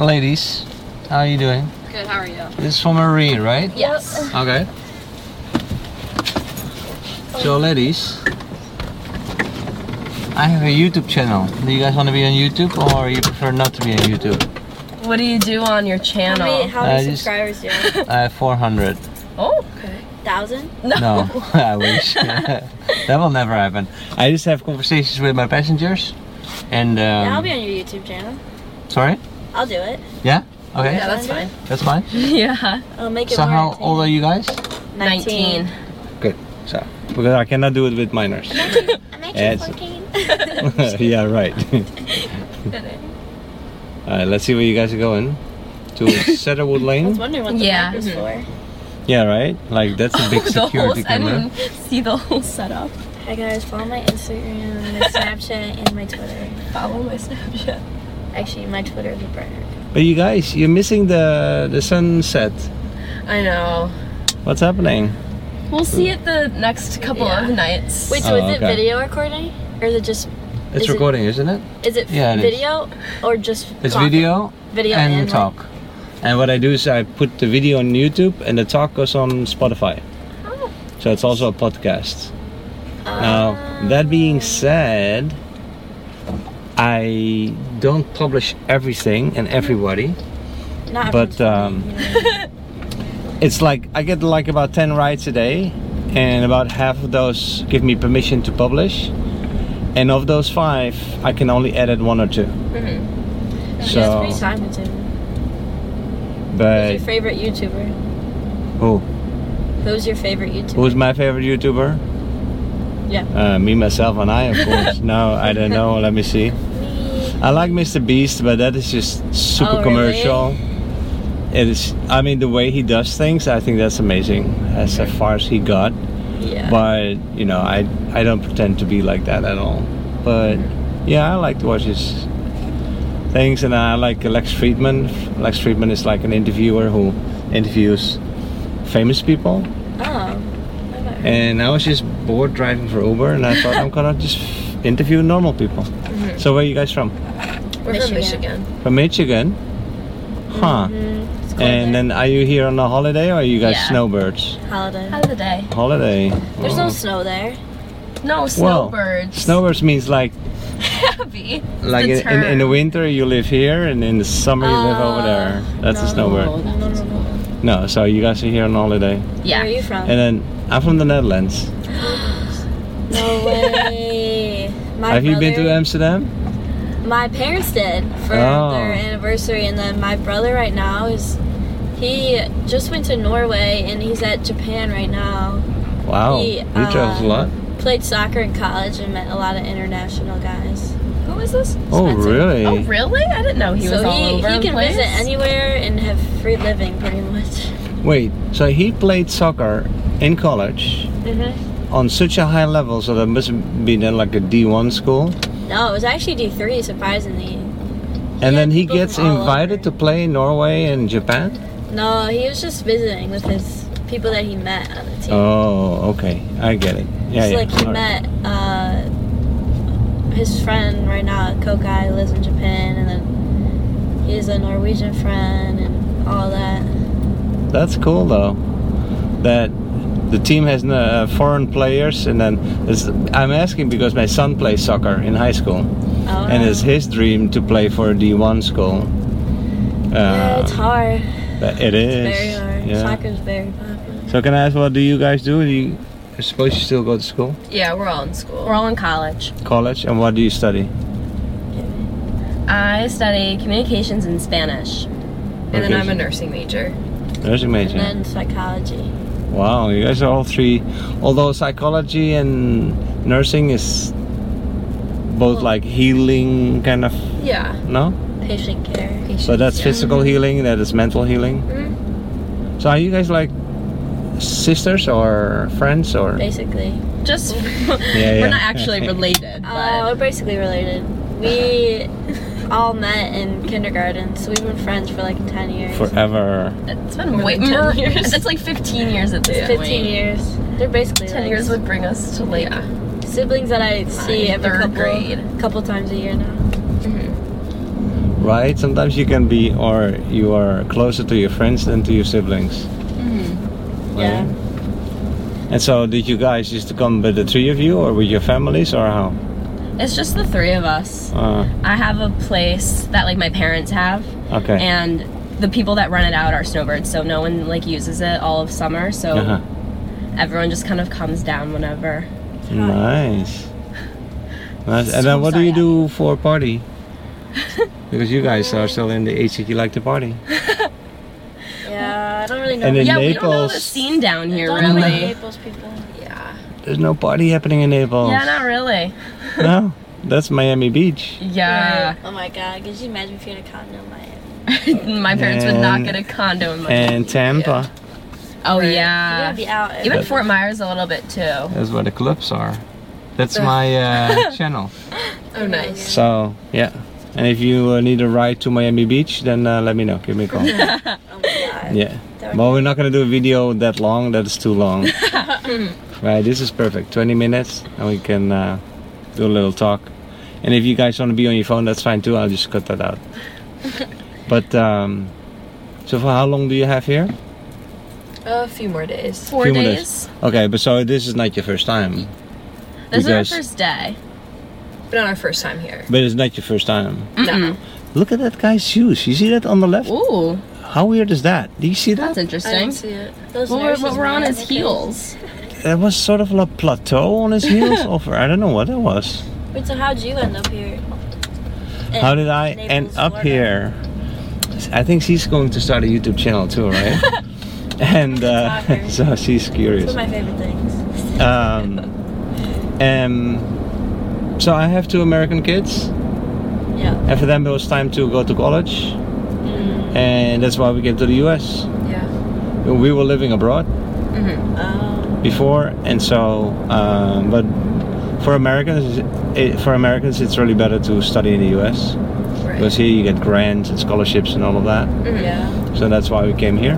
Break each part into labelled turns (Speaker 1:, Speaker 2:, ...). Speaker 1: ladies, how are you doing?
Speaker 2: Good, how are you?
Speaker 1: This is for Marie, right?
Speaker 2: Yes.
Speaker 1: Okay. So, ladies, I have a YouTube channel. Do you guys want to be on YouTube or you prefer not to be on YouTube?
Speaker 2: What do you do on your
Speaker 3: How many,
Speaker 2: channel?
Speaker 3: how many
Speaker 1: I just-
Speaker 3: subscribers do you have?
Speaker 1: I have 400.
Speaker 2: Oh, okay.
Speaker 3: Thousand?
Speaker 1: Um, No, I wish. that will never happen. I just have conversations with my passengers and. Um,
Speaker 3: yeah, I'll be on your YouTube channel.
Speaker 1: Sorry?
Speaker 3: I'll do it.
Speaker 1: Yeah? Okay,
Speaker 2: Yeah, that's fine.
Speaker 1: that's fine.
Speaker 2: yeah.
Speaker 3: I'll make it
Speaker 1: So,
Speaker 3: more
Speaker 1: how old are you guys?
Speaker 3: entertaining.
Speaker 2: 19.
Speaker 1: Good. So, because I cannot do it with minors.
Speaker 3: I'm
Speaker 1: Yes.
Speaker 3: 14.
Speaker 1: yeah, right. Alright, let's see where you guys are going. To Cedarwood
Speaker 3: I was
Speaker 1: Lane.
Speaker 3: wondering what the
Speaker 2: Yeah.
Speaker 3: yeah. Mm-hmm. is for.
Speaker 1: Yeah, right? Like, that's a big
Speaker 2: the whole,
Speaker 1: security
Speaker 2: I
Speaker 1: camera.
Speaker 2: didn't see the whole setup.
Speaker 3: Hi guys, follow my Instagram, my Snapchat, and my Twitter.
Speaker 2: Follow my Snapchat.
Speaker 3: Actually, my Twitter is brighter.
Speaker 1: But you guys, you're missing the, the sunset.
Speaker 2: I know.
Speaker 1: What's happening?
Speaker 2: We'll see it the next couple of nights.
Speaker 3: Wait, so
Speaker 1: Oh,
Speaker 3: is it
Speaker 1: okay.
Speaker 3: video recording, or is it just
Speaker 1: It's
Speaker 3: Is it-
Speaker 1: recording, is isn't it?
Speaker 3: is it
Speaker 1: Yeah, it is.
Speaker 3: video or just
Speaker 1: It's
Speaker 3: talking?
Speaker 1: video
Speaker 3: video
Speaker 1: and,
Speaker 3: and like-
Speaker 1: talk. And what I do is I put the video on YouTube and the talk goes on Spotify.
Speaker 3: Oh.
Speaker 1: So it's also a podcast. Now,
Speaker 3: Ah.
Speaker 1: that being said, I don't publish everything and everybody.
Speaker 3: Not
Speaker 1: but, um,
Speaker 3: everyone's funny, you know.
Speaker 1: It's like I get like about 10 rides a day, and about half of those give me permission to publish. And of those five, I can only edit one or 2
Speaker 3: She has Mm-hmm. pretty
Speaker 1: So,
Speaker 3: time consuming. Who's
Speaker 1: but
Speaker 3: your favorite YouTuber?
Speaker 1: who?
Speaker 3: Who's your favorite YouTuber?
Speaker 1: Who's my favorite YouTuber?
Speaker 3: Yeah.
Speaker 1: Uh, me, myself, and I, of course. no, I don't know. Let me see.
Speaker 3: Me.
Speaker 1: I like Mr. Beast, but that is just super
Speaker 3: Oh, really?
Speaker 1: commercial. It is. I mean, the way he does things, I think that's amazing. As far as he got,
Speaker 3: Yeah.
Speaker 1: but you know, I I don't pretend to be like that at all. But
Speaker 3: Mm-hmm.
Speaker 1: yeah, I like to watch his things, and I like Lex Friedman. Lex Friedman is like an interviewer who interviews famous people.
Speaker 3: Oh. I've not heard.
Speaker 1: And I was just bored driving for Uber, and I thought I'm gonna just interview normal people.
Speaker 3: Mm-hmm.
Speaker 1: So where are you guys from?
Speaker 2: We're from Michigan.
Speaker 1: From Michigan, huh?
Speaker 3: Mhm. It's cold
Speaker 1: And
Speaker 3: there.
Speaker 1: then are you here on a holiday, or are you guys
Speaker 2: Yeah.
Speaker 1: snowbirds?
Speaker 3: holiday.
Speaker 2: How of the day.
Speaker 1: Holiday.
Speaker 3: There's
Speaker 1: Oh.
Speaker 3: no snow there.
Speaker 2: No,
Speaker 1: Well,
Speaker 2: snowbirds.
Speaker 1: Snowbirds means like
Speaker 2: Happy.
Speaker 1: like in, in, in the winter you live here, and in the summer you live over
Speaker 3: Uh,
Speaker 1: there. That's a
Speaker 3: no.
Speaker 1: snowbird.
Speaker 3: No, no, no.
Speaker 1: No, so you guys are here on holiday.
Speaker 3: Where are
Speaker 2: Yeah.
Speaker 3: you from?
Speaker 1: And then I'm from the Netherlands.
Speaker 3: no way. My
Speaker 1: Have you been to
Speaker 3: brother-
Speaker 1: Amsterdam?
Speaker 3: My parents did for
Speaker 1: Oh.
Speaker 3: their anniversary, and then my brother right now is. He just went to Norway and he's at Japan right now.
Speaker 1: Wow,
Speaker 3: He,
Speaker 1: you travels a
Speaker 3: uh,
Speaker 1: lot.
Speaker 3: Played soccer in college and met a lot of international guys.
Speaker 2: Who is this?
Speaker 1: Oh
Speaker 3: Spencer.
Speaker 1: really?
Speaker 2: Oh, really? I didn't know he was
Speaker 3: so
Speaker 2: all
Speaker 3: he,
Speaker 2: over
Speaker 3: he
Speaker 2: the
Speaker 3: can
Speaker 2: place.
Speaker 3: visit anywhere and have free living pretty much.
Speaker 1: Wait, so he played soccer in college
Speaker 3: Mm-hmm.
Speaker 1: on such a high level, so that must have been at like a D1 school.
Speaker 3: No, it was actually D3, surprisingly.
Speaker 1: and then
Speaker 3: had
Speaker 1: he
Speaker 3: people
Speaker 1: gets
Speaker 3: from all
Speaker 1: invited to
Speaker 3: over.
Speaker 1: play in Norway and Japan?
Speaker 3: No, he was just visiting with his people that he met on the team.
Speaker 1: Oh, okay. I get it. Yeah,
Speaker 3: so
Speaker 1: yeah.
Speaker 3: like he
Speaker 1: All right.
Speaker 3: met uh, his friend right now, Kokai, lives in Japan, and then he has a Norwegian friend and all that.
Speaker 1: That's cool though. That the team has n- uh, foreign players, and then it's, I'm asking because my son plays soccer in high school,
Speaker 3: Oh,
Speaker 1: and it's his dream to play for a D1 school. Uh,
Speaker 3: yeah, it's hard.
Speaker 1: but it
Speaker 3: It's
Speaker 1: is.
Speaker 3: very hard.
Speaker 1: Yeah.
Speaker 3: Soccer's very popular.
Speaker 1: So can I ask, what do you guys do? Do you, I suppose you still go to school,
Speaker 2: Yeah, we're all in school. We're all in college.
Speaker 1: college, and what do you study?
Speaker 2: I study communications and Spanish. And then I'm a
Speaker 1: Communication.
Speaker 2: nursing major.
Speaker 1: Nursing major.
Speaker 3: And then psychology.
Speaker 1: Wow, you guys are all three. Although psychology and nursing is both
Speaker 3: Well-
Speaker 1: like healing kind of
Speaker 2: Yeah.
Speaker 1: no.
Speaker 3: Patient care.
Speaker 1: So that's physical healing. That is mental healing.
Speaker 3: Mm-hmm.
Speaker 1: So are you guys like sisters or friends or?
Speaker 3: Basically.
Speaker 2: Just
Speaker 1: yeah.
Speaker 2: we're not actually related, but
Speaker 3: Uh, we're basically related. We all met in kindergarten, so we've been friends for like 10 years.
Speaker 1: Forever.
Speaker 2: it's been
Speaker 3: More
Speaker 2: way
Speaker 3: than 10
Speaker 2: more.
Speaker 3: years.
Speaker 2: That's like 15 years at this
Speaker 3: 15
Speaker 2: point.
Speaker 3: years. They're basically
Speaker 2: 10
Speaker 3: like
Speaker 2: years would bring us to like
Speaker 3: siblings that I see every
Speaker 2: third
Speaker 3: couple,
Speaker 2: grade.
Speaker 3: couple times a year now.
Speaker 1: right? Sometimes you can be, or you are closer to your friends than to your siblings.
Speaker 3: Mm-hmm. Yeah.
Speaker 1: And so, did you guys used to come with the three of you, or with your families, or how?
Speaker 2: It's just the three of us.
Speaker 1: Uh,
Speaker 2: I have a place that like my parents have,
Speaker 1: okay.
Speaker 2: and the people that rent it out are snowbirds, so no one like uses it all of summer. So
Speaker 1: Uh-huh.
Speaker 2: everyone just kind of comes down whenever.
Speaker 1: Nice. Nice. And
Speaker 2: So
Speaker 1: then what do you
Speaker 2: sorry,
Speaker 1: do for a party? because you guys are still in the age that you like to party.
Speaker 3: Yeah, I don't really know.
Speaker 1: And
Speaker 3: I
Speaker 1: In
Speaker 2: yeah, we don't know the
Speaker 1: Naples-
Speaker 2: scene down here
Speaker 3: don't know
Speaker 2: really.
Speaker 3: many Naples people.
Speaker 2: Yeah.
Speaker 1: There's no party happening in Naples.
Speaker 2: Yeah, not really.
Speaker 1: no, that's Miami Beach.
Speaker 2: Yeah.
Speaker 3: Right. Oh my god, could you imagine if you had a condo in Miami?
Speaker 2: my parents would not
Speaker 1: And-
Speaker 2: get a condo in my
Speaker 1: And Tampa.
Speaker 2: Oh
Speaker 3: You
Speaker 2: yeah.
Speaker 3: gotta be out. and-
Speaker 2: Even Fort Myers a little bit too. Oh
Speaker 1: That's where the clubs are. That's my uh, channel.
Speaker 2: nice.
Speaker 1: So, yeah. And if you uh, need a ride to Miami Beach, then uh, let me know. Give me a call.
Speaker 3: oh my god.
Speaker 1: yeah.
Speaker 3: That would
Speaker 1: Well, we're not going to do a video that long. That is too long.
Speaker 2: Hmm.
Speaker 1: right, this is perfect. 20 minutes, and we can uh, do a little talk. And if you guys want to be on your phone, that's fine too. I'll just cut that out. but, um, so for how long do you have here?
Speaker 4: A few more days.
Speaker 2: Four
Speaker 1: Few more
Speaker 2: days.
Speaker 1: Okay, but so this is not your first time.
Speaker 2: This is our
Speaker 1: Because-
Speaker 2: first day.
Speaker 4: But not our first time here.
Speaker 1: But it's not your first time.
Speaker 4: No.
Speaker 1: Look at that guy's shoes. You see that on the left?
Speaker 2: Mm. Ooh,
Speaker 1: How weird is that? Do you see that?
Speaker 2: that's
Speaker 4: I didn't
Speaker 2: interesting.
Speaker 4: see it.
Speaker 3: Those
Speaker 2: What we're,
Speaker 3: nurses
Speaker 2: what we're on
Speaker 3: man,
Speaker 2: is
Speaker 3: okay.
Speaker 2: heels.
Speaker 1: There was sort of a plateau on his heels. over. I don't know what that was.
Speaker 3: Wait, so how'd you end up here? In
Speaker 1: How did I
Speaker 3: Naples,
Speaker 1: end up
Speaker 3: Florida?
Speaker 1: here? I think she's going to start a YouTube channel too, right? and uh,
Speaker 3: Soccer.
Speaker 1: so she's
Speaker 3: It's
Speaker 1: curious.
Speaker 3: one of my favorite things.
Speaker 1: Um, um, so I have two American kids,
Speaker 3: Yeah.
Speaker 1: and for them it was time to go to college,
Speaker 3: Mm.
Speaker 1: and that's why we came to the U.S.
Speaker 4: Yeah.
Speaker 1: We were living abroad
Speaker 4: Mm-hmm.
Speaker 3: Um,
Speaker 1: before, and so, um, but for Americans, it, for Americans, it's really better to study in the U.S.
Speaker 4: Right.
Speaker 1: because here you get grants and scholarships and all of that.
Speaker 3: yeah.
Speaker 1: So that's why we came here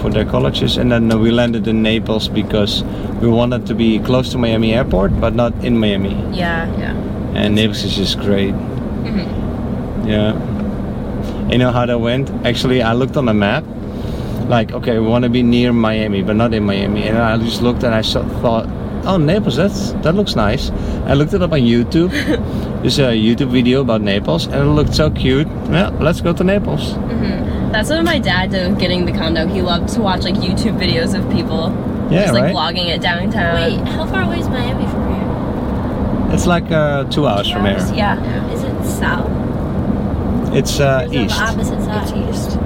Speaker 1: for their colleges. And then uh, we landed in Naples because we wanted to be close to Miami Airport, but not in Miami.
Speaker 2: Yeah.
Speaker 4: Yeah.
Speaker 1: And Naples is just great.
Speaker 4: Mm-hmm.
Speaker 1: Yeah. You know how that went? Actually, I looked on the map. Like, okay, we want to be near Miami, but not in Miami. And I just looked and I so- thought, oh, Naples, that's that looks nice. I looked it up on YouTube. There's a YouTube video about Naples, and it looked so cute. Yeah, let's go to Naples.
Speaker 4: Mm-hmm.
Speaker 2: That's what my dad did with getting the condo. He loved to watch like YouTube videos of people
Speaker 1: Yeah,
Speaker 2: just
Speaker 1: right.
Speaker 2: like vlogging it downtown.
Speaker 3: Wait, how far away is Miami from
Speaker 1: It's like uh, two hours from here.
Speaker 3: hours,
Speaker 2: Yeah.
Speaker 4: Yeah.
Speaker 3: here? Is it south?
Speaker 1: It's uh,
Speaker 3: Or is it on
Speaker 1: east.
Speaker 3: the opposite side?
Speaker 4: It's east.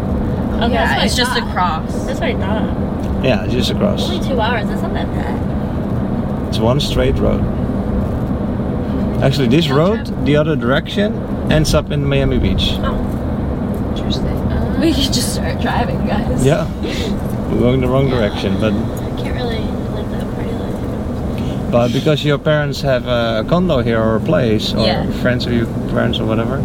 Speaker 3: Okay, that's what
Speaker 2: yeah,
Speaker 3: I
Speaker 2: it's just
Speaker 3: thought.
Speaker 2: across.
Speaker 3: That's what I thought.
Speaker 1: Yeah, just across.
Speaker 3: Only two hours. That's not that bad.
Speaker 1: It's one straight road. Actually, this road, the other direction, ends up in Miami Beach.
Speaker 4: Interesting. Uh,
Speaker 2: We could just start driving, guys.
Speaker 1: Yeah, we're going the wrong direction, but
Speaker 3: I can't really live that party life.
Speaker 1: but because your parents have a condo here or a place or
Speaker 2: Yeah.
Speaker 1: friends of your parents or whatever,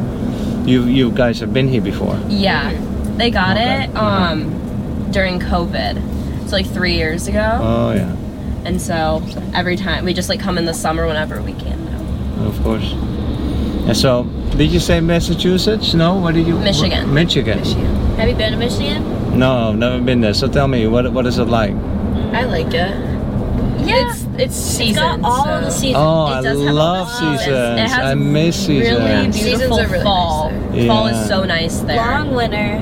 Speaker 1: you you guys have been here before.
Speaker 2: Yeah. They got
Speaker 1: Okay.
Speaker 2: it um during COVID. So like three years ago.
Speaker 1: Oh yeah,
Speaker 2: And so every time we just like come in the summer whenever we can now.
Speaker 1: of course. And so, did you say Massachusetts? No, what did you?
Speaker 2: Michigan.
Speaker 1: Michigan.
Speaker 4: Michigan.
Speaker 3: Have you been to Michigan?
Speaker 1: No, I've never been there. So tell me, what what is it like?
Speaker 4: I like it.
Speaker 2: Yeah.
Speaker 4: It's it's
Speaker 3: It's
Speaker 4: season.
Speaker 3: got all of the
Speaker 4: so-
Speaker 3: seasons.
Speaker 1: Oh, I
Speaker 2: It does have a
Speaker 1: love
Speaker 2: lot of
Speaker 1: seasons.
Speaker 2: seasons. It has
Speaker 1: I miss seasons.
Speaker 2: really
Speaker 4: Seasons
Speaker 2: beautiful
Speaker 4: are really nice
Speaker 2: fall.
Speaker 1: there.
Speaker 2: Fall
Speaker 1: Yeah.
Speaker 2: is so nice there.
Speaker 3: Long winter.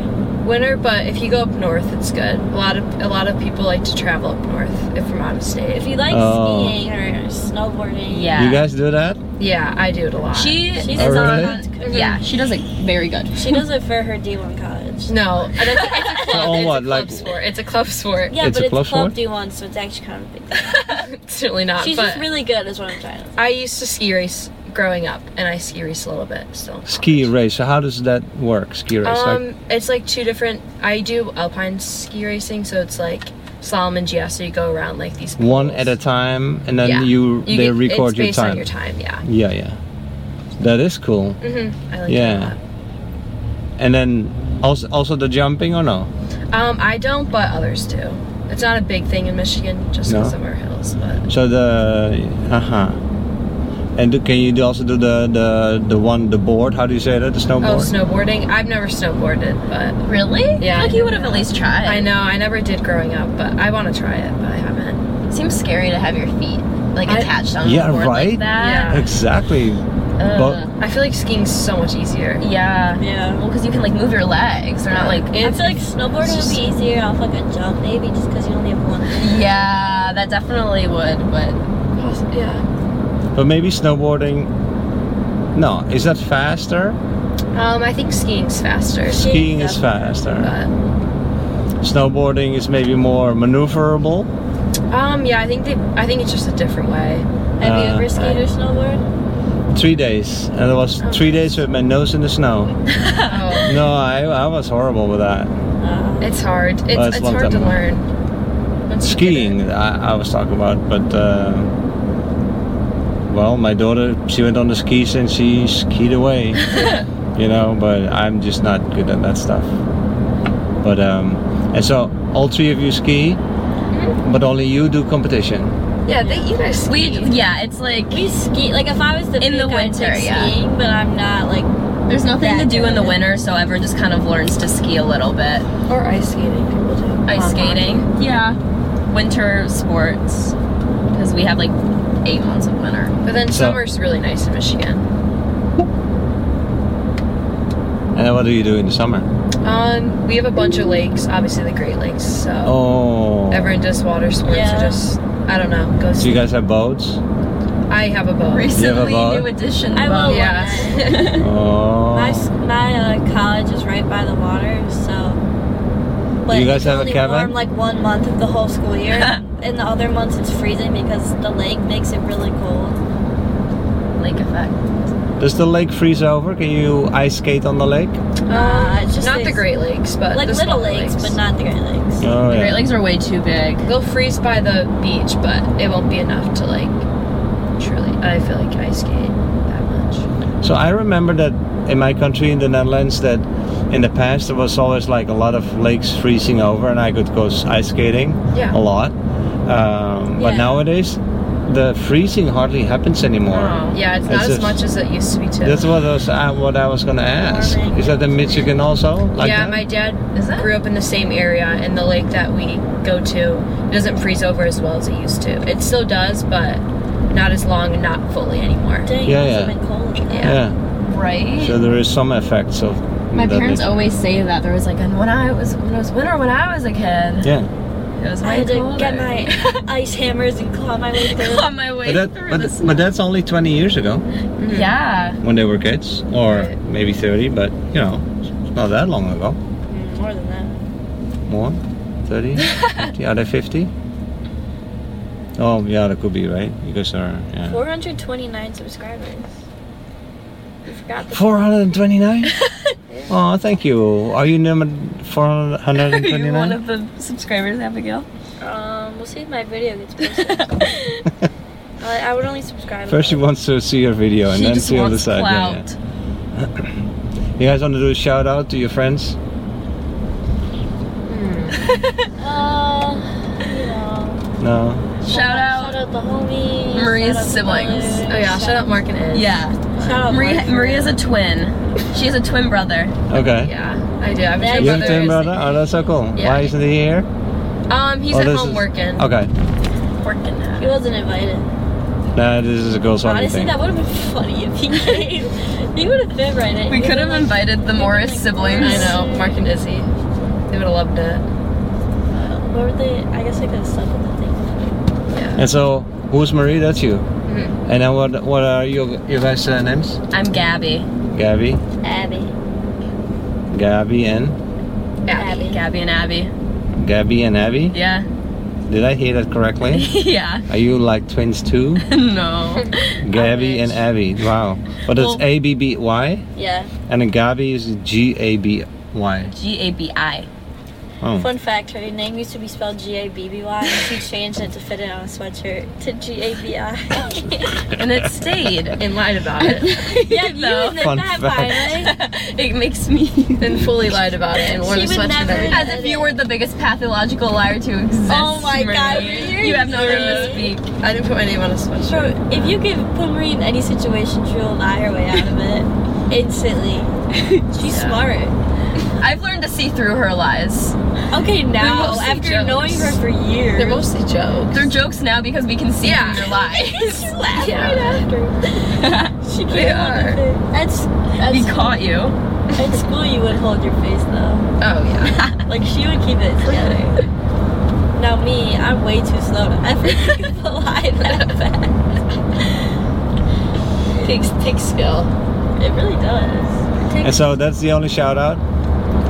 Speaker 4: winter, but if you go up north, it's good. A lot of a lot of people like to travel up north. If I'm out of
Speaker 3: If
Speaker 4: state.
Speaker 3: you like
Speaker 1: Oh.
Speaker 3: skiing or snowboarding,
Speaker 2: Yeah.
Speaker 1: You guys do that?
Speaker 4: Yeah, I do it a lot.
Speaker 2: She is
Speaker 3: She's
Speaker 1: Oh, really?
Speaker 2: on Yeah, she does it very good.
Speaker 3: she does it for her D1 college.
Speaker 4: No, and it's, it's a club,
Speaker 1: Oh,
Speaker 4: it's
Speaker 1: what,
Speaker 4: a club
Speaker 1: like-
Speaker 4: sport. It's a club sport.
Speaker 3: Yeah,
Speaker 1: It's
Speaker 3: but
Speaker 1: a
Speaker 3: it's
Speaker 1: club
Speaker 3: club,
Speaker 1: sport?
Speaker 3: D1, so it's actually kind of a big deal.
Speaker 4: Certainly not.
Speaker 3: She's
Speaker 4: but
Speaker 3: just really good, is what I'm trying to say.
Speaker 4: I used to ski race growing up, and I ski race a little bit still.
Speaker 1: Ski race. So how does that work? Ski race.
Speaker 4: Um,
Speaker 1: like,
Speaker 4: it's like two different. I do alpine ski racing, so it's like slalom and GS. So you go around like these.
Speaker 1: one
Speaker 4: poles.
Speaker 1: at a time, and then
Speaker 4: Yeah.
Speaker 1: you, they
Speaker 4: get-
Speaker 1: record
Speaker 4: it's
Speaker 1: your
Speaker 4: based
Speaker 1: time.
Speaker 4: on your time. Yeah.
Speaker 1: Yeah, yeah. That is cool.
Speaker 4: Mm-hmm. I like
Speaker 1: Yeah.
Speaker 4: yeah.
Speaker 1: And then also also the jumping or no?
Speaker 4: Um, I don't, but others do. It's not a big thing in Michigan, just
Speaker 1: No?
Speaker 4: because of our hills. But
Speaker 1: So the uh huh. And do, can you do also do the, the the one the board? How do you say that? The snowboard.
Speaker 4: Oh, snowboarding. I've never snowboarded, but
Speaker 2: Really?
Speaker 4: Yeah,
Speaker 2: Like
Speaker 4: I
Speaker 2: you
Speaker 4: know
Speaker 2: would have
Speaker 4: that.
Speaker 2: at least tried.
Speaker 4: I know I never did growing up, but I want to try it, but I haven't.
Speaker 2: It seems scary to have your feet like
Speaker 4: I-
Speaker 2: attached on
Speaker 1: Yeah,
Speaker 2: a board
Speaker 1: right?
Speaker 2: like that.
Speaker 1: Exactly.
Speaker 4: Uh.
Speaker 2: Ugh.
Speaker 4: I feel like skiing's so much easier.
Speaker 2: Yeah.
Speaker 3: Yeah.
Speaker 2: Well, because you can like move your legs. They're not like.
Speaker 3: I feel like snowboarding would be easier off like a jump maybe just because you only have one.
Speaker 2: Yeah, that definitely would, but
Speaker 4: Yeah.
Speaker 1: But maybe snowboarding. No, is that faster?
Speaker 4: Um, I think skiing's faster,
Speaker 1: Skiing is
Speaker 3: yeah.
Speaker 1: faster.
Speaker 4: but
Speaker 1: Snowboarding is maybe more maneuverable.
Speaker 4: um, yeah, I think they. I think it's just a different way.
Speaker 3: Have you
Speaker 1: Uh,
Speaker 3: ever skated or snowboard?
Speaker 1: Three days, and it
Speaker 3: Oh.
Speaker 1: was three days with my nose in the snow.
Speaker 4: Oh,
Speaker 1: No, I, I was horrible with that.
Speaker 3: Uh,
Speaker 4: it's hard. It's,
Speaker 1: Well, it's
Speaker 4: it's,
Speaker 1: one
Speaker 4: hard to
Speaker 1: time.
Speaker 4: learn. Once you get it.
Speaker 1: Skiing, I, I was talking about, but uh, well, my daughter, she went on the skis and she skied away, you know. But I'm just not good at that stuff. But um, and so all three of you ski,
Speaker 3: Mm-hmm.
Speaker 1: but only you do competition.
Speaker 4: Yeah, they, you guys
Speaker 2: we.
Speaker 4: ski.
Speaker 2: Yeah, it's like
Speaker 3: we ski like if I was the
Speaker 2: In the
Speaker 3: peak, I'd
Speaker 2: winter,
Speaker 3: take
Speaker 2: yeah.
Speaker 3: skiing, but I'm not like
Speaker 2: there's nothing to
Speaker 3: that
Speaker 2: do in the
Speaker 3: good.
Speaker 2: winter, so everyone just kind of learns to ski a little bit.
Speaker 4: or ice skating people do.
Speaker 2: Ice
Speaker 4: Online.
Speaker 2: skating. Uh-huh. Yeah. Winter sports, because we have like eight months of winter.
Speaker 4: But then
Speaker 1: So-
Speaker 4: summer's really nice in Michigan.
Speaker 1: And what do you do in the summer?
Speaker 4: Um, we have a bunch of lakes, obviously the Great Lakes. So
Speaker 1: Oh,
Speaker 4: everyone does water sports
Speaker 3: Yeah.
Speaker 4: or just I don't know. Go.
Speaker 1: so you guys have boats?
Speaker 4: I have a boat.
Speaker 2: Recently,
Speaker 1: ball?
Speaker 2: new addition.
Speaker 3: I
Speaker 2: ball.
Speaker 3: will
Speaker 4: Yeah.
Speaker 3: one day.
Speaker 1: Oh,
Speaker 3: My s- my uh, college is right by the water, so. But
Speaker 1: You guys
Speaker 3: it's
Speaker 1: have a
Speaker 3: only
Speaker 1: cabin?
Speaker 3: warm like one month of the whole school year, and the other months it's freezing because the lake makes it really cold.
Speaker 2: Lake effect.
Speaker 4: Oh,
Speaker 1: does the lake freeze over? Can you ice skate on the lake?
Speaker 3: Uh, it's just
Speaker 4: not the
Speaker 3: these-
Speaker 4: Great Lakes,
Speaker 1: Uh,
Speaker 4: but
Speaker 3: Like
Speaker 4: the
Speaker 3: little
Speaker 4: smaller
Speaker 3: lakes, but not the Great Lakes.
Speaker 1: Oh
Speaker 2: The
Speaker 1: yeah.
Speaker 2: Great Lakes are way too big.
Speaker 4: They'll freeze by the beach, but it won't be enough to like truly. I feel like ice skate that much.
Speaker 1: So I remember that in my country, in the Netherlands, that in the past there was always like a lot of lakes freezing over, and I could go s- ice skating
Speaker 4: Yeah.
Speaker 1: a lot. Um, But
Speaker 3: Yeah.
Speaker 1: nowadays, the freezing hardly happens anymore.
Speaker 2: Oh.
Speaker 4: Yeah, it's
Speaker 1: It's
Speaker 4: not as
Speaker 1: just-
Speaker 4: much as it used to be too.
Speaker 1: That's what I was, uh, what I was going to ask.
Speaker 3: Warming.
Speaker 1: Is that in Michigan also? Like
Speaker 4: yeah,
Speaker 1: that?
Speaker 4: my dad
Speaker 2: Is it?
Speaker 4: grew up in the same area, and the lake that we go to doesn't freeze over as well as it used to. It still does, but not as long and not fully anymore.
Speaker 3: Dang,
Speaker 1: Yeah,
Speaker 3: it's
Speaker 1: yeah.
Speaker 3: been cold.
Speaker 1: Yeah.
Speaker 2: Right.
Speaker 1: So there is some effects of.
Speaker 2: My
Speaker 1: that
Speaker 2: parents
Speaker 1: mix-
Speaker 2: always say that there was like, and when I was when it was winter when I was a kid,
Speaker 1: Yeah.
Speaker 2: it was
Speaker 3: I
Speaker 2: way
Speaker 3: had to
Speaker 2: colder.
Speaker 3: get my ice hammers and claw my way through.
Speaker 2: on my way
Speaker 1: But, that,
Speaker 2: through
Speaker 1: but,
Speaker 2: the
Speaker 1: but that's only 20 years ago
Speaker 2: snow. Yeah,
Speaker 1: when they were kids, or maybe 30, but you know, it's not that long ago.
Speaker 3: Mm, More than that.
Speaker 1: More? 30? 50? Are they 50? Oh, yeah, that could be, right? You guys are, yeah.
Speaker 3: 429 subscribers. You forgot the
Speaker 1: 429? oh, thank you. Are you number
Speaker 2: are you one
Speaker 1: 429?
Speaker 2: of the subscribers, Abigail?
Speaker 3: Um, we'll see if my video gets posted. I, I would only subscribe.
Speaker 1: First, she
Speaker 3: if I-
Speaker 1: wants to see your video and
Speaker 2: she
Speaker 1: then
Speaker 2: just
Speaker 1: see the other
Speaker 2: wants
Speaker 1: side. yeah,
Speaker 2: clout.
Speaker 1: yeah. You guys want to do a shout out to your friends?
Speaker 3: Uh, you know,
Speaker 1: No.
Speaker 2: Shout
Speaker 3: Shout
Speaker 2: out,
Speaker 3: out the homies.
Speaker 2: Maria's
Speaker 3: shout out the
Speaker 2: siblings.
Speaker 3: brothers,
Speaker 4: Oh yeah, shut up, Mark and Ed.
Speaker 2: yeah.
Speaker 3: Shout out
Speaker 2: Maria
Speaker 3: Mark.
Speaker 2: Maria's a twin. She has a twin brother.
Speaker 1: Okay.
Speaker 4: Yeah, I do. I have a
Speaker 3: Yeah,
Speaker 4: twin
Speaker 1: You have a
Speaker 4: brother.
Speaker 1: twin
Speaker 4: His-
Speaker 1: brother? Oh, that's so cool.
Speaker 4: Yeah.
Speaker 1: Why isn't he here?
Speaker 4: Um, he's
Speaker 1: Oh,
Speaker 4: at
Speaker 1: this
Speaker 4: home
Speaker 1: is-
Speaker 4: working.
Speaker 1: Okay.
Speaker 2: Working
Speaker 3: He
Speaker 2: that.
Speaker 3: wasn't invited.
Speaker 1: Nah, this is a girls only
Speaker 3: Honestly,
Speaker 1: thing.
Speaker 3: that would have been funny if he came. he would have been right in.
Speaker 2: We could have invited the Morris siblings.
Speaker 4: I know, Mark and Izzy. They would have loved it.
Speaker 3: Where were they? I guess I could have stuck with the thing.
Speaker 4: Yeah.
Speaker 1: And so, who's Marie? That's you.
Speaker 4: Mhm.
Speaker 1: And then what what are your, your guys' uh, names?
Speaker 2: I'm Gabby.
Speaker 1: Gabby.
Speaker 3: Abby.
Speaker 1: Gabby and
Speaker 4: Abby.
Speaker 2: Gabby and Abby.
Speaker 1: Gabby and Abby.
Speaker 2: Yeah.
Speaker 1: Did I hear that correctly?
Speaker 2: yeah.
Speaker 1: Are you like twins too?
Speaker 2: no.
Speaker 1: Gabby and Abby. Wow. But it's
Speaker 2: Well-
Speaker 1: A B B Y,
Speaker 3: Yeah.
Speaker 1: and then Gabby is G A B Y.
Speaker 2: G A B I.
Speaker 1: Oh.
Speaker 3: Fun fact: her name used to be spelled G A B B Y, and she changed it to fit it on a sweatshirt to G A B I.
Speaker 4: and it stayed and lied about it
Speaker 3: yeah, you
Speaker 4: No.
Speaker 3: admit
Speaker 1: Fun
Speaker 3: that
Speaker 1: fact.
Speaker 3: finally.
Speaker 2: it makes me
Speaker 4: and fully lied about it and wore
Speaker 3: She
Speaker 4: the
Speaker 3: would
Speaker 4: sweatshirt.
Speaker 3: never-
Speaker 4: and
Speaker 2: as if you were the biggest pathological liar to exist.
Speaker 3: Oh my God,
Speaker 2: Marie.
Speaker 3: you're
Speaker 2: you have no room to
Speaker 3: insane.
Speaker 2: speak.
Speaker 4: everything. I didn't put my name on a sweatshirt.
Speaker 3: Bro, if you give Pumri in any situation, she will lie her way out of it instantly. She's
Speaker 4: Yeah.
Speaker 3: smart.
Speaker 2: I've learned to see through her lies.
Speaker 3: Okay, now
Speaker 4: mostly
Speaker 3: after
Speaker 4: jokes.
Speaker 3: knowing her for years,
Speaker 4: They're mostly jokes.
Speaker 2: They're jokes now because we can see
Speaker 4: Yeah.
Speaker 2: through your lies.
Speaker 3: she laughed
Speaker 4: Yeah.
Speaker 3: right after. She
Speaker 4: They
Speaker 3: can't hold her face. That's, that's
Speaker 2: he caught you.
Speaker 3: at school. You would hold your face though.
Speaker 4: Oh yeah.
Speaker 3: Like she would keep it together. now me, I'm way too slow to ever think of a lie that fast.
Speaker 4: Takes takes skill.
Speaker 3: It really does. It takes
Speaker 1: And so that's the only shout out.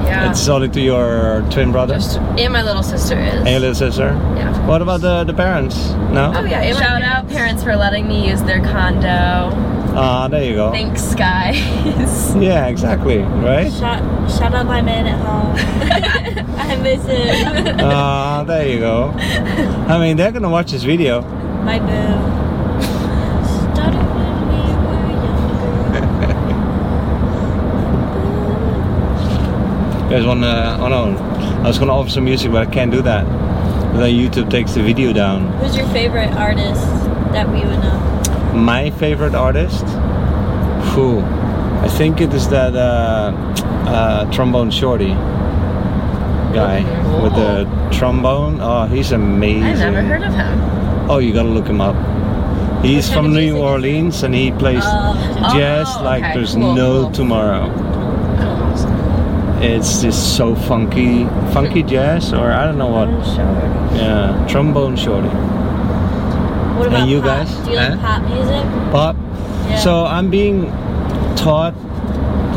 Speaker 4: Yeah.
Speaker 1: It's only to your twin brother
Speaker 4: Just and my little sister is.
Speaker 1: and your little sister.
Speaker 4: Yeah.
Speaker 1: What about the, the parents?
Speaker 4: Oh
Speaker 1: No?
Speaker 4: yeah. and my
Speaker 2: Shout out parents for letting me use their condo.
Speaker 4: Oh.
Speaker 1: Ah, there you go.
Speaker 2: Thanks, guys.
Speaker 1: Yeah, exactly. Right?
Speaker 3: Shout, shout out my man at home. I miss him.
Speaker 1: Ah, there you go. I mean, they're gonna watch this video.
Speaker 3: my boo. Started when we were younger.
Speaker 1: There's one. Uh, oh no, I was gonna offer some music, but I can't do that. Then YouTube takes the video down.
Speaker 3: Who's your favorite artist that we would know?
Speaker 1: My favorite artist? Who? I think it is that uh, uh, trombone shorty guy with the trombone. Oh, he's amazing.
Speaker 4: I've never heard of him.
Speaker 1: Oh, you gotta look him up. He's
Speaker 3: What kind
Speaker 1: from
Speaker 3: of
Speaker 1: New
Speaker 3: music is he?
Speaker 1: Orleans and he plays
Speaker 3: Uh,
Speaker 1: jazz
Speaker 2: Oh,
Speaker 1: like
Speaker 2: okay,
Speaker 1: there's
Speaker 2: cool,
Speaker 1: no
Speaker 2: cool.
Speaker 1: tomorrow.
Speaker 4: I don't know.
Speaker 1: It's just so funky, funky jazz, or I don't know what.
Speaker 3: sure.
Speaker 1: Yeah, trombone shorty.
Speaker 3: What about
Speaker 1: you
Speaker 3: pop?
Speaker 1: guys?
Speaker 3: Do you like
Speaker 1: Huh?
Speaker 3: pop music?
Speaker 1: pop.
Speaker 3: Yeah.
Speaker 1: So I'm being taught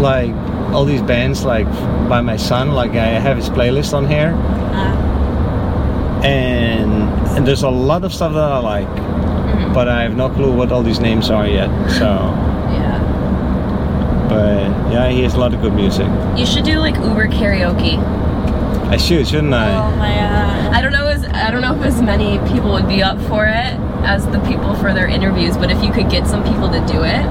Speaker 1: like all these bands like by my son. Like I have his playlist on here,
Speaker 3: Uh,
Speaker 1: and, and there's a lot of stuff that I like,
Speaker 3: Mm-hmm.
Speaker 1: but I have no clue what all these names are yet. So,
Speaker 4: Yeah.
Speaker 1: but yeah, he has a lot of good music.
Speaker 2: You should do like Uber karaoke.
Speaker 1: I should, shouldn't I?
Speaker 3: oh my god.
Speaker 2: I don't know as I don't know if as many people would be up for it as the people for their interviews, but if you could get some people to do it,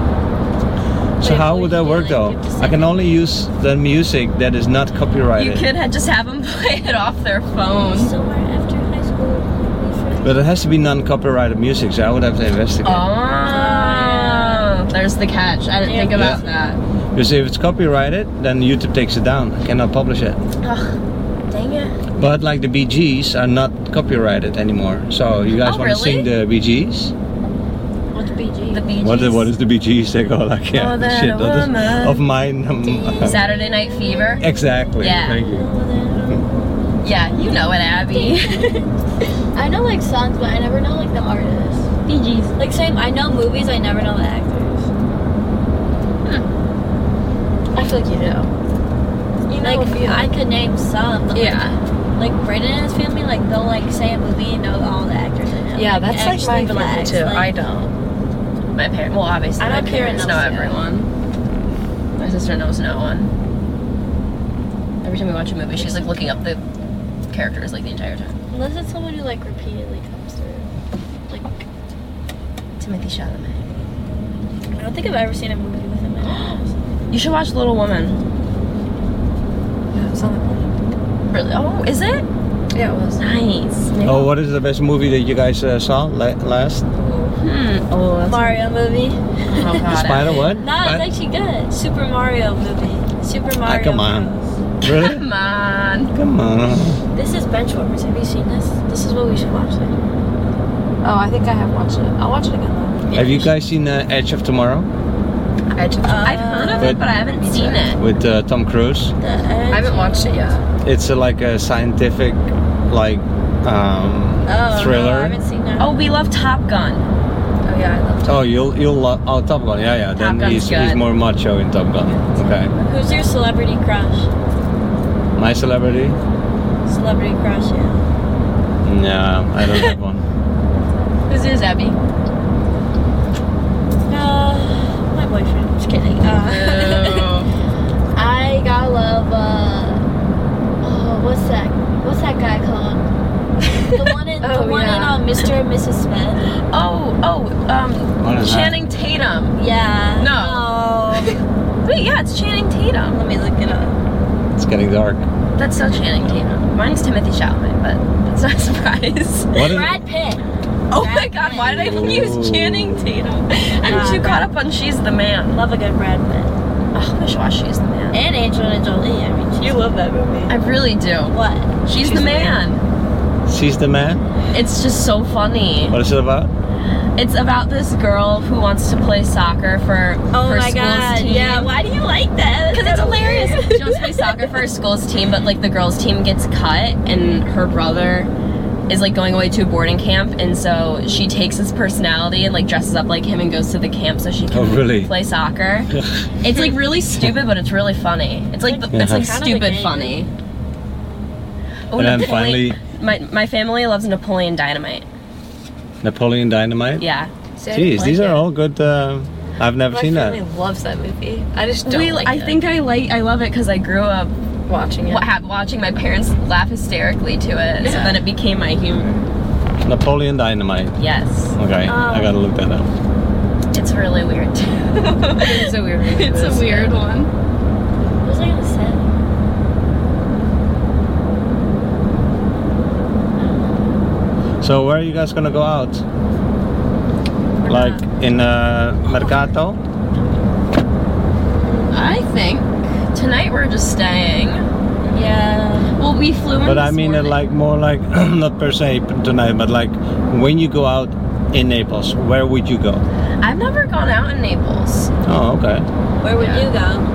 Speaker 1: so
Speaker 3: wait,
Speaker 1: how
Speaker 3: what
Speaker 1: would
Speaker 3: do
Speaker 1: that
Speaker 3: you do,
Speaker 1: work
Speaker 3: like,
Speaker 1: though?
Speaker 3: you just
Speaker 1: I can only use the music that is not
Speaker 2: you
Speaker 1: copyrighted.
Speaker 2: could ha- just have them play it off their phone.
Speaker 3: Somewhere after high school.
Speaker 1: But it has to be non-copyrighted music, so I would have to investigate.
Speaker 2: Oh, there's the catch. I didn't think
Speaker 1: Yeah.
Speaker 2: about that.
Speaker 1: Because if it's copyrighted, then YouTube takes it down. I cannot publish it.
Speaker 3: Dang it.
Speaker 1: But like the BGs are not copyrighted anymore. So you guys
Speaker 2: Oh,
Speaker 1: want to
Speaker 2: really?
Speaker 1: sing the BGs?
Speaker 3: What's BG?
Speaker 2: The Bee
Speaker 1: What
Speaker 2: Gees.
Speaker 1: what is the BGs? They go like yeah,
Speaker 2: Oh, that
Speaker 1: shit that is
Speaker 2: woman.
Speaker 1: of mine. um,
Speaker 2: Saturday Night Fever?
Speaker 1: exactly.
Speaker 2: Yeah.
Speaker 1: Thank you.
Speaker 2: Yeah, you know it, Abby.
Speaker 3: I know like songs, but I never know like the artists.
Speaker 2: Bee Gees.
Speaker 3: Like same, I know movies, I never know the actors.
Speaker 4: I feel like you know.
Speaker 3: You know, like I could name some. But,
Speaker 2: Yeah.
Speaker 3: Like, like Brandon and his family, like they'll like say a movie and know all the actors in it.
Speaker 4: Yeah, that's like my
Speaker 3: Ashley
Speaker 4: family
Speaker 3: Black's,
Speaker 4: too. I
Speaker 3: like-
Speaker 4: don't.
Speaker 2: My parents. Well, obviously,
Speaker 3: I
Speaker 2: my
Speaker 3: don't care
Speaker 2: parents know
Speaker 3: enough to know.
Speaker 2: everyone. My sister knows no one. Every time we watch a movie, she's like looking up the characters like the entire time.
Speaker 3: Unless it's someone who like repeatedly comes through. Like
Speaker 2: Timothy Chalamet.
Speaker 3: I don't think I've ever seen a movie with him. in it.
Speaker 2: You should watch Little Woman.
Speaker 4: Yeah, it's on
Speaker 2: Really? Oh, is it?
Speaker 4: the Yeah, it was.
Speaker 2: Nice. Maybe
Speaker 1: Oh, what is the best movie that you guys uh, saw la- last?
Speaker 2: Hmm. Oh, that's
Speaker 3: Mario movie.
Speaker 2: oh, God.
Speaker 1: Spider what? Ah,
Speaker 3: No, it's actually good. Super Mario movie. Super Mario.
Speaker 1: come on.
Speaker 3: Bros.
Speaker 1: What? really?
Speaker 3: um,
Speaker 2: Come on.
Speaker 1: Come on.
Speaker 3: This is Benchwarmers. Have you seen this? This is what we should watch. Later.
Speaker 4: Oh, I think I have watched it. I'll watch it again
Speaker 1: Have you guys seen uh, Edge of Tomorrow
Speaker 4: though. Uh, just,
Speaker 2: I've heard of it,
Speaker 1: But-
Speaker 2: but I haven't seen it.
Speaker 1: with uh, Tom Cruise?
Speaker 3: The Edge.
Speaker 4: I haven't watched it yet.
Speaker 1: It's uh, like a scientific, like um,
Speaker 3: Oh, No, I
Speaker 1: thriller.
Speaker 3: haven't seen that.
Speaker 2: Oh, we love Top Gun.
Speaker 4: Oh yeah, I love
Speaker 1: Oh, you'll you'll love oh Top Gun, yeah, yeah. Then
Speaker 2: Gun's
Speaker 1: he's,
Speaker 2: good.
Speaker 1: he's more macho in Top Gun. Okay,
Speaker 3: Who's your celebrity crush?
Speaker 1: my celebrity?
Speaker 3: Celebrity crush, yeah.
Speaker 1: No, I don't have one.
Speaker 2: Who's yours, Abby?
Speaker 3: Uh, my boyfriend. Just kidding. Uh,
Speaker 2: Oh.
Speaker 3: uh,
Speaker 5: I gotta love, uh, oh, what's that
Speaker 3: Mr. uh, and Mrs. Smith.
Speaker 2: Oh, oh, um,
Speaker 1: What is that?
Speaker 2: Channing Tatum.
Speaker 3: Yeah. Oh,
Speaker 2: No.
Speaker 3: No.
Speaker 2: Wait, yeah, it's Channing Tatum.
Speaker 3: Let me look it up.
Speaker 1: It's getting dark.
Speaker 2: That's still Channing Tatum. Mine's Timothy Chalamet, but that's not a surprise.
Speaker 1: What is
Speaker 3: Brad Pitt.
Speaker 2: Oh my god, why did I use
Speaker 1: Ooh.
Speaker 2: Channing Tatum? I'm
Speaker 3: Yeah,
Speaker 2: too caught
Speaker 3: Brad-
Speaker 2: up on She's the Man.
Speaker 3: Love a good Brad Pitt.
Speaker 2: Oh, I should watch She's the Man.
Speaker 3: And Angelina Jolie. I mean, she's-
Speaker 4: love that movie.
Speaker 2: I really do.
Speaker 3: What?
Speaker 2: She's, the man.
Speaker 1: She's the man.
Speaker 2: It's just so funny.
Speaker 1: What is it about?
Speaker 2: It's about this girl who wants to play soccer for
Speaker 3: Oh
Speaker 2: her
Speaker 3: my
Speaker 2: school's
Speaker 3: god.
Speaker 2: team.
Speaker 3: Yeah. Why do you like that?
Speaker 2: Because it's hilarious. She wants to play soccer for her school's team, but like the girls' team gets cut, and her brother is like going away to a boarding camp, and so she takes his personality and like dresses up like him and goes to the camp so she can
Speaker 1: Oh, really?
Speaker 2: play soccer. it's like really stupid, but it's really funny. It's like the, it's like
Speaker 3: Kind of a
Speaker 2: stupid
Speaker 3: game.
Speaker 2: funny. Oh,
Speaker 1: And then
Speaker 2: Napoleon-
Speaker 1: finally-
Speaker 2: my my family loves Napoleon Dynamite.
Speaker 1: Napoleon Dynamite.
Speaker 2: Yeah,
Speaker 4: See, I didn't
Speaker 1: Jeez,
Speaker 4: like
Speaker 1: these
Speaker 4: it.
Speaker 1: are all good. Uh, I've never
Speaker 4: My
Speaker 1: seen
Speaker 4: family
Speaker 1: that.
Speaker 4: loves that movie. I just don't
Speaker 2: We-
Speaker 4: like
Speaker 2: I
Speaker 4: it.
Speaker 2: think I like I love it because I grew up
Speaker 4: watching it.
Speaker 2: wa- ha- watching my parents laugh hysterically to it. So
Speaker 4: Yeah.
Speaker 2: then it became my humor.
Speaker 1: Napoleon Dynamite.
Speaker 2: Yes,
Speaker 1: Okay, I
Speaker 3: Um,
Speaker 1: gotta look that up.
Speaker 2: it's really weird.
Speaker 4: It's a weird movie.
Speaker 2: it's
Speaker 4: but
Speaker 2: a weird
Speaker 4: good.
Speaker 2: one.
Speaker 3: What was I gonna say?
Speaker 1: So where are you guys gonna go out? Like in uh, Mercato?
Speaker 2: I think tonight we're just staying.
Speaker 3: Yeah.
Speaker 2: Well, we flew in.
Speaker 1: But I
Speaker 2: this
Speaker 1: mean it
Speaker 2: morning.
Speaker 1: like more like not per se tonight, but like when you go out in Naples, where would you go?
Speaker 2: I've never gone out in Naples.
Speaker 1: Oh, okay.
Speaker 3: Where would
Speaker 4: Yeah.
Speaker 3: you go?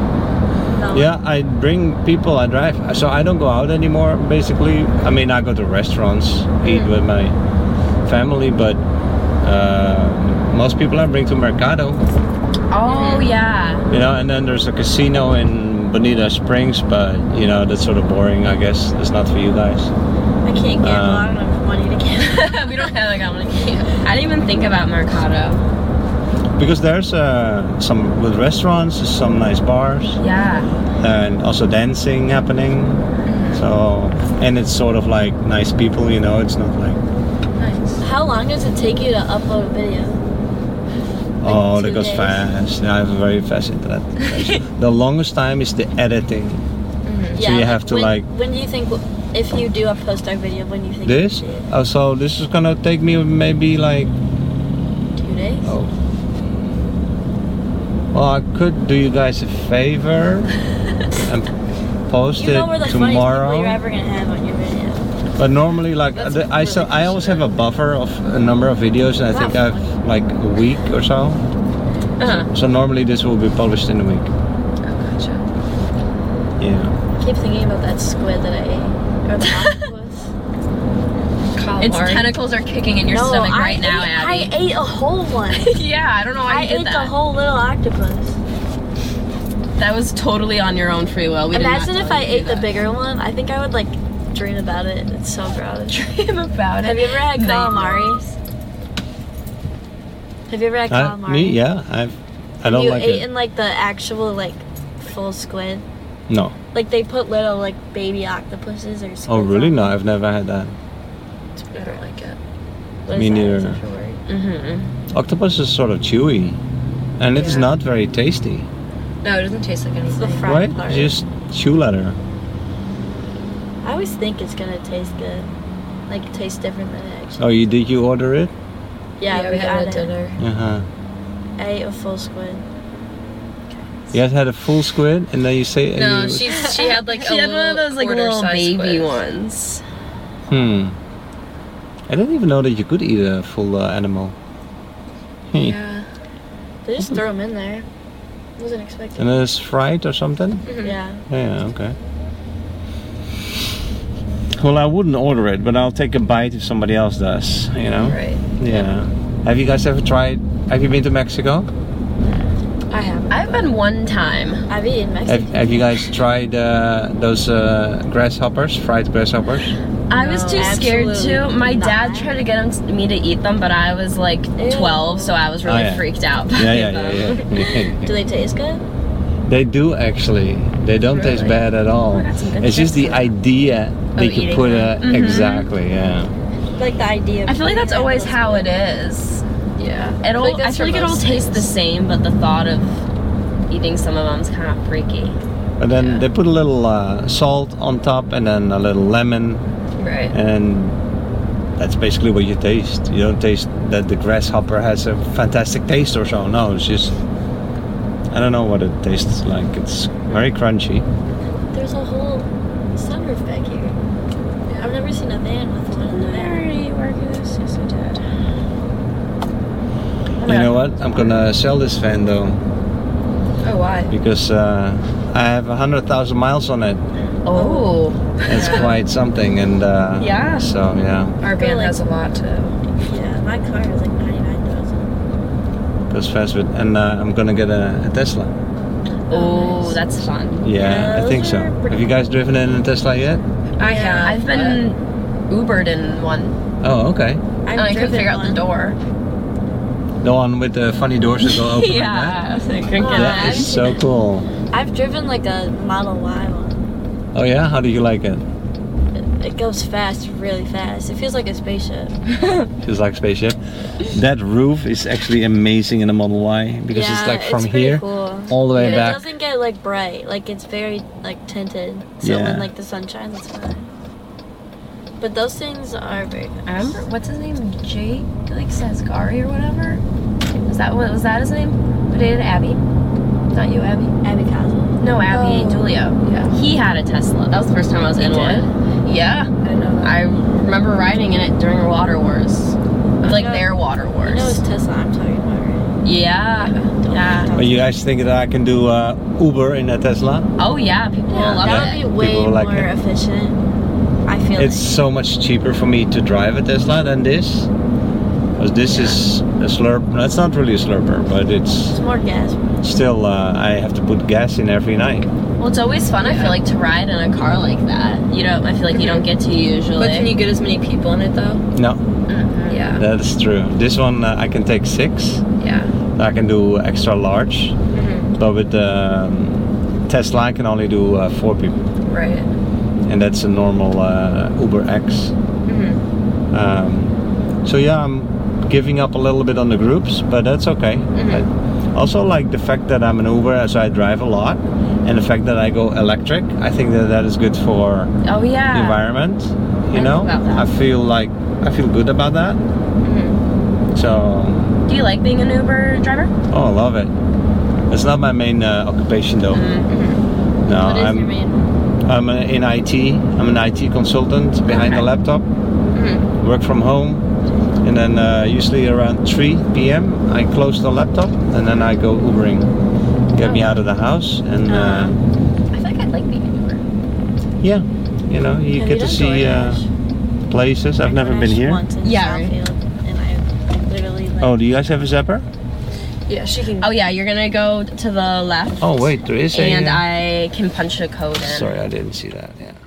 Speaker 3: No.
Speaker 1: Yeah, I bring people. I drive, so I don't go out anymore. Basically, I mean, I go to restaurants, eat with my family, but uh, most people I bring to Mercado.
Speaker 2: Oh yeah.
Speaker 1: You know, and then there's a casino in Bonita Springs, but you know that's sort of boring. I guess that's not for you guys.
Speaker 3: I can't gamble. I
Speaker 1: Um,
Speaker 3: don't have money to gamble.
Speaker 2: we don't have like that many. I didn't even think about Mercado.
Speaker 1: Because there's uh, some with restaurants, some nice bars,
Speaker 2: Yeah.
Speaker 1: and also dancing happening. So, and it's sort of like nice people. You know, it's not like
Speaker 2: Nice.
Speaker 3: How long does it take you to upload a video?
Speaker 1: Oh,
Speaker 3: two
Speaker 1: that goes
Speaker 3: days.
Speaker 1: fast. Yeah, I have a very fast internet. connection. the longest time is the editing.
Speaker 3: yeah,
Speaker 1: you
Speaker 3: like,
Speaker 1: have to,
Speaker 3: when,
Speaker 1: like-
Speaker 3: When do you think if you do a post our video? When do you think you
Speaker 1: This?
Speaker 3: should do
Speaker 1: Oh, so this is gonna take me maybe like.
Speaker 3: it? two days?
Speaker 1: Oh. Well, I could do you guys a favor and post
Speaker 3: You know we're the
Speaker 1: it
Speaker 3: funniest people you're
Speaker 1: tomorrow.
Speaker 3: ever gonna have on your video.
Speaker 1: But normally, like
Speaker 4: That's
Speaker 1: the, I, so
Speaker 4: really
Speaker 1: I always have a buffer of a number of videos, and I think
Speaker 3: Wow.
Speaker 1: I've like a week or so.
Speaker 2: Uh-huh.
Speaker 1: So normally this will be published in a week.
Speaker 4: Oh, gotcha.
Speaker 1: Yeah.
Speaker 3: I keep thinking about that squid that I ate. Or the octopus.
Speaker 2: Its
Speaker 4: Calamari.
Speaker 2: tentacles are kicking in your
Speaker 3: no,
Speaker 2: stomach
Speaker 3: I
Speaker 2: right now,
Speaker 3: ate,
Speaker 2: Abby.
Speaker 3: I ate a whole one.
Speaker 2: yeah, I don't know why
Speaker 3: I
Speaker 2: you did
Speaker 3: ate
Speaker 2: that.
Speaker 3: the whole little octopus.
Speaker 2: That was totally on your own free will. We did not
Speaker 3: Imagine
Speaker 2: tell
Speaker 3: if I
Speaker 2: you to do
Speaker 3: ate the
Speaker 2: that.
Speaker 3: bigger one. I think I would like dream about it. It's so gross.
Speaker 2: dream about it.
Speaker 3: Have you ever had calamari? Have you ever had
Speaker 1: I,
Speaker 3: calamari?
Speaker 1: Uh, me? Yeah. I've. I don't
Speaker 3: you
Speaker 1: like
Speaker 3: ate
Speaker 1: it.
Speaker 3: in like the actual like full squid.
Speaker 1: no.
Speaker 3: Like they put little like baby octopuses or. Squids
Speaker 1: Oh, really?
Speaker 3: on
Speaker 1: No, I've never had that.
Speaker 4: I don't like it.
Speaker 3: it. What
Speaker 1: me
Speaker 3: is that?
Speaker 1: neither.
Speaker 3: It's a word.
Speaker 2: Mm-hmm.
Speaker 1: Octopus is sort of chewy, and it's
Speaker 4: Yeah.
Speaker 1: not very tasty.
Speaker 4: No, it doesn't taste like
Speaker 3: It's the
Speaker 4: anything.
Speaker 3: fried
Speaker 1: right?
Speaker 3: part.
Speaker 1: Just chew leather.
Speaker 3: I always think it's gonna taste good. Like tastes different than it actually.
Speaker 1: Oh, you did you order it?
Speaker 3: yeah, we,
Speaker 4: we
Speaker 3: got
Speaker 4: had it
Speaker 3: it.
Speaker 4: at dinner.
Speaker 1: Uh huh.
Speaker 3: I ate a full squid.
Speaker 1: You had had a full squid, and then you say. and
Speaker 4: No,
Speaker 1: you-
Speaker 4: she's she had like
Speaker 2: She
Speaker 4: a
Speaker 2: had one of
Speaker 4: little
Speaker 2: those like little
Speaker 4: quarter-sized
Speaker 2: baby
Speaker 4: squid.
Speaker 2: ones.
Speaker 1: Hmm. I didn't even know that you could eat a full uh, animal. Hmm.
Speaker 4: Yeah.
Speaker 3: They just throw them in there. Wasn't expecting.
Speaker 1: Mm-hmm. And then it's fried or something.
Speaker 4: Mm-hmm.
Speaker 3: Yeah.
Speaker 1: Yeah. Okay. Well, I wouldn't order it, but I'll take a bite if somebody else does. You know.
Speaker 4: Right.
Speaker 1: Yeah. Have you guys ever tried? Have you been to Mexico?
Speaker 3: I haven't.
Speaker 2: I've been one time.
Speaker 3: I've eaten
Speaker 1: Have,
Speaker 3: Mexican.
Speaker 1: have you guys tried uh, those uh, grasshoppers, fried grasshoppers?
Speaker 2: I was
Speaker 4: No,
Speaker 2: too scared to.
Speaker 3: absolutely
Speaker 2: My dad
Speaker 3: not.
Speaker 2: tried to get him me to eat them, but I was like
Speaker 3: Ew.
Speaker 2: 12, so I was really
Speaker 1: Oh, yeah.
Speaker 2: freaked out. By
Speaker 1: Yeah, yeah,
Speaker 2: them.
Speaker 1: yeah, yeah.
Speaker 3: Do they taste good?
Speaker 1: they do actually. They don't taste
Speaker 4: Really?
Speaker 1: bad at all.
Speaker 2: Oh, that's some good
Speaker 1: it's just the
Speaker 2: chips.
Speaker 1: idea that you
Speaker 4: eating
Speaker 1: put
Speaker 4: them.
Speaker 1: a
Speaker 2: Mhm.
Speaker 1: exactly. Yeah.
Speaker 3: like the idea. Of
Speaker 2: I feel like that's
Speaker 3: doing it
Speaker 2: always
Speaker 3: was
Speaker 2: how
Speaker 3: good.
Speaker 2: it is.
Speaker 4: Yeah.
Speaker 2: It all. I
Speaker 4: that's
Speaker 2: feel
Speaker 4: for
Speaker 2: like it all
Speaker 4: most
Speaker 2: tastes the
Speaker 4: things.
Speaker 2: same, but the thought of eating some of them's kind of freaky.
Speaker 1: But then
Speaker 4: Yeah.
Speaker 1: they put a little uh, salt on top and then a little lemon,
Speaker 4: Right.
Speaker 1: and that's basically what you taste. You don't taste that the grasshopper has a fantastic taste or so. No, it's just I don't know what it tastes like. It's very crunchy.
Speaker 3: There's a whole sunroof back here. I've never seen a van with one in the back.
Speaker 4: this. Yes, I did.
Speaker 1: You know what? I'm gonna sell this van though
Speaker 4: Oh, why?
Speaker 1: because uh, I have a hundred thousand miles on it.
Speaker 2: Oh,
Speaker 1: It's quite something, and uh,
Speaker 2: Yeah.
Speaker 1: So yeah,
Speaker 4: Our
Speaker 3: Or
Speaker 4: van
Speaker 3: like-
Speaker 4: has a lot to.
Speaker 3: Yeah, my car is like ninety-nine thousand.
Speaker 1: goes fast with, and uh, I'm gonna get a, a Tesla.
Speaker 2: oh, that's fun.
Speaker 1: Yeah, I
Speaker 3: Those
Speaker 1: think so.
Speaker 3: are pretty
Speaker 1: Have you guys driven in a Tesla yet?
Speaker 4: I have.
Speaker 2: I've been Ubered in one,
Speaker 1: Oh, okay.
Speaker 3: I've
Speaker 2: and I couldn't
Speaker 3: driven
Speaker 2: figure out the
Speaker 3: one.
Speaker 2: door.
Speaker 1: The one with the funny doors that go open.
Speaker 2: yeah, so I couldn't
Speaker 1: Like that?
Speaker 2: get
Speaker 1: that
Speaker 2: out.
Speaker 1: is so cool.
Speaker 3: I've driven like a Model Y one.
Speaker 1: Oh yeah, how do you like it?
Speaker 3: It- It goes fast, really fast. It feels like a spaceship.
Speaker 1: Just like spaceship. That roof is actually amazing in a Model Y because
Speaker 3: yeah,
Speaker 1: it's like from
Speaker 3: it's pretty
Speaker 1: here
Speaker 3: Cool.
Speaker 1: all the way
Speaker 4: Yeah, it
Speaker 3: It
Speaker 1: back.
Speaker 3: doesn't get like bright. Like it's very like tinted. So
Speaker 1: Yeah.
Speaker 3: when like the sun shines, it's fine. But those things are very. um,
Speaker 2: I remember what's his name, Jake like Sasgari or whatever. Was that what was that his name? Who dated Abby? Not you, Abby.
Speaker 3: Abby Cosmo.
Speaker 2: No, Abby
Speaker 4: Oh.
Speaker 2: Julio.
Speaker 4: Yeah.
Speaker 2: He had a Tesla. That was the first time I was in
Speaker 4: did?
Speaker 2: one. Yeah,
Speaker 4: I know.
Speaker 2: I remember riding in it during Water Wars, like
Speaker 3: know-
Speaker 2: their Water
Speaker 3: I know it's
Speaker 2: Wars.
Speaker 3: Tesla I'm talking about,
Speaker 2: Yeah.
Speaker 3: right? Don't-
Speaker 2: Yeah.
Speaker 3: don't-
Speaker 1: But you guys think that I can do uh, Uber in a Tesla?
Speaker 2: Oh yeah, people
Speaker 3: Yeah,
Speaker 2: will love
Speaker 3: that
Speaker 2: it.
Speaker 3: would be way
Speaker 1: People like
Speaker 3: more
Speaker 1: it.
Speaker 3: efficient. I feel
Speaker 1: It's so much cheaper for me to drive a Tesla than this. Because this is a slurp. That's not really a slurper, but
Speaker 3: like.
Speaker 1: it's
Speaker 3: it's more gas.
Speaker 1: still. Uh, I have to put gas in every night.
Speaker 2: Well, it's always fun. I
Speaker 4: Yeah.
Speaker 2: feel like to ride in a car like that. You don't. I feel like you don't get to usually.
Speaker 4: But can you get as many people in it though?
Speaker 1: No,
Speaker 2: Mhm.
Speaker 4: Yeah.
Speaker 1: that's true. This one uh, I can take six.
Speaker 4: Yeah.
Speaker 1: I can do extra large, but with um, Tesla I can only do uh, four people,
Speaker 4: Right.
Speaker 1: and that's a normal uh, Uber X.
Speaker 4: Mm-hmm.
Speaker 1: Um, so yeah, I'm giving up a little bit on the groups, but that's okay.
Speaker 3: Mm-hmm.
Speaker 4: Mhm.
Speaker 1: I also like the fact that I'm an Uber, so I drive a lot, and the fact that I go electric. I think that that is good for
Speaker 2: Oh
Speaker 3: Ah.
Speaker 1: the
Speaker 2: yeah.
Speaker 1: environment. You
Speaker 2: I
Speaker 1: know,
Speaker 2: know about that.
Speaker 1: I feel like I feel good about that.
Speaker 3: Mm-hmm.
Speaker 1: So
Speaker 2: Do you like being an Uber driver?
Speaker 1: Oh, I love it. It's not my main uh, occupation though. No,
Speaker 3: Mm-hmm. What is your
Speaker 1: I'm
Speaker 3: main?
Speaker 1: I'm uh, in IT. I'm an IT consultant behind the
Speaker 2: Okay. Mm-hmm.
Speaker 1: laptop. Work from home, and then uh, usually around 3 p.m. I close the laptop, and then I go Ubering. Get
Speaker 2: Oh.
Speaker 1: me out of the house, and uh,
Speaker 2: I feel like I'd like being an Uber.
Speaker 1: yeah, you know, you
Speaker 3: Have
Speaker 1: get to
Speaker 3: done
Speaker 1: see uh,
Speaker 3: DoorDash?
Speaker 1: places. I've
Speaker 3: I
Speaker 1: never been
Speaker 3: DoorDashed
Speaker 1: here.
Speaker 3: Once in
Speaker 2: Yeah,
Speaker 3: yeah.
Speaker 2: right.
Speaker 3: and I literally. Like,
Speaker 1: Oh, do you guys have a zapper?
Speaker 4: Yeah, she can.
Speaker 2: Oh yeah, you're gonna go to the left.
Speaker 1: Oh wait, there is a.
Speaker 2: and
Speaker 1: uh,
Speaker 2: I can punch a code in.
Speaker 1: Sorry, I didn't see that. Yeah.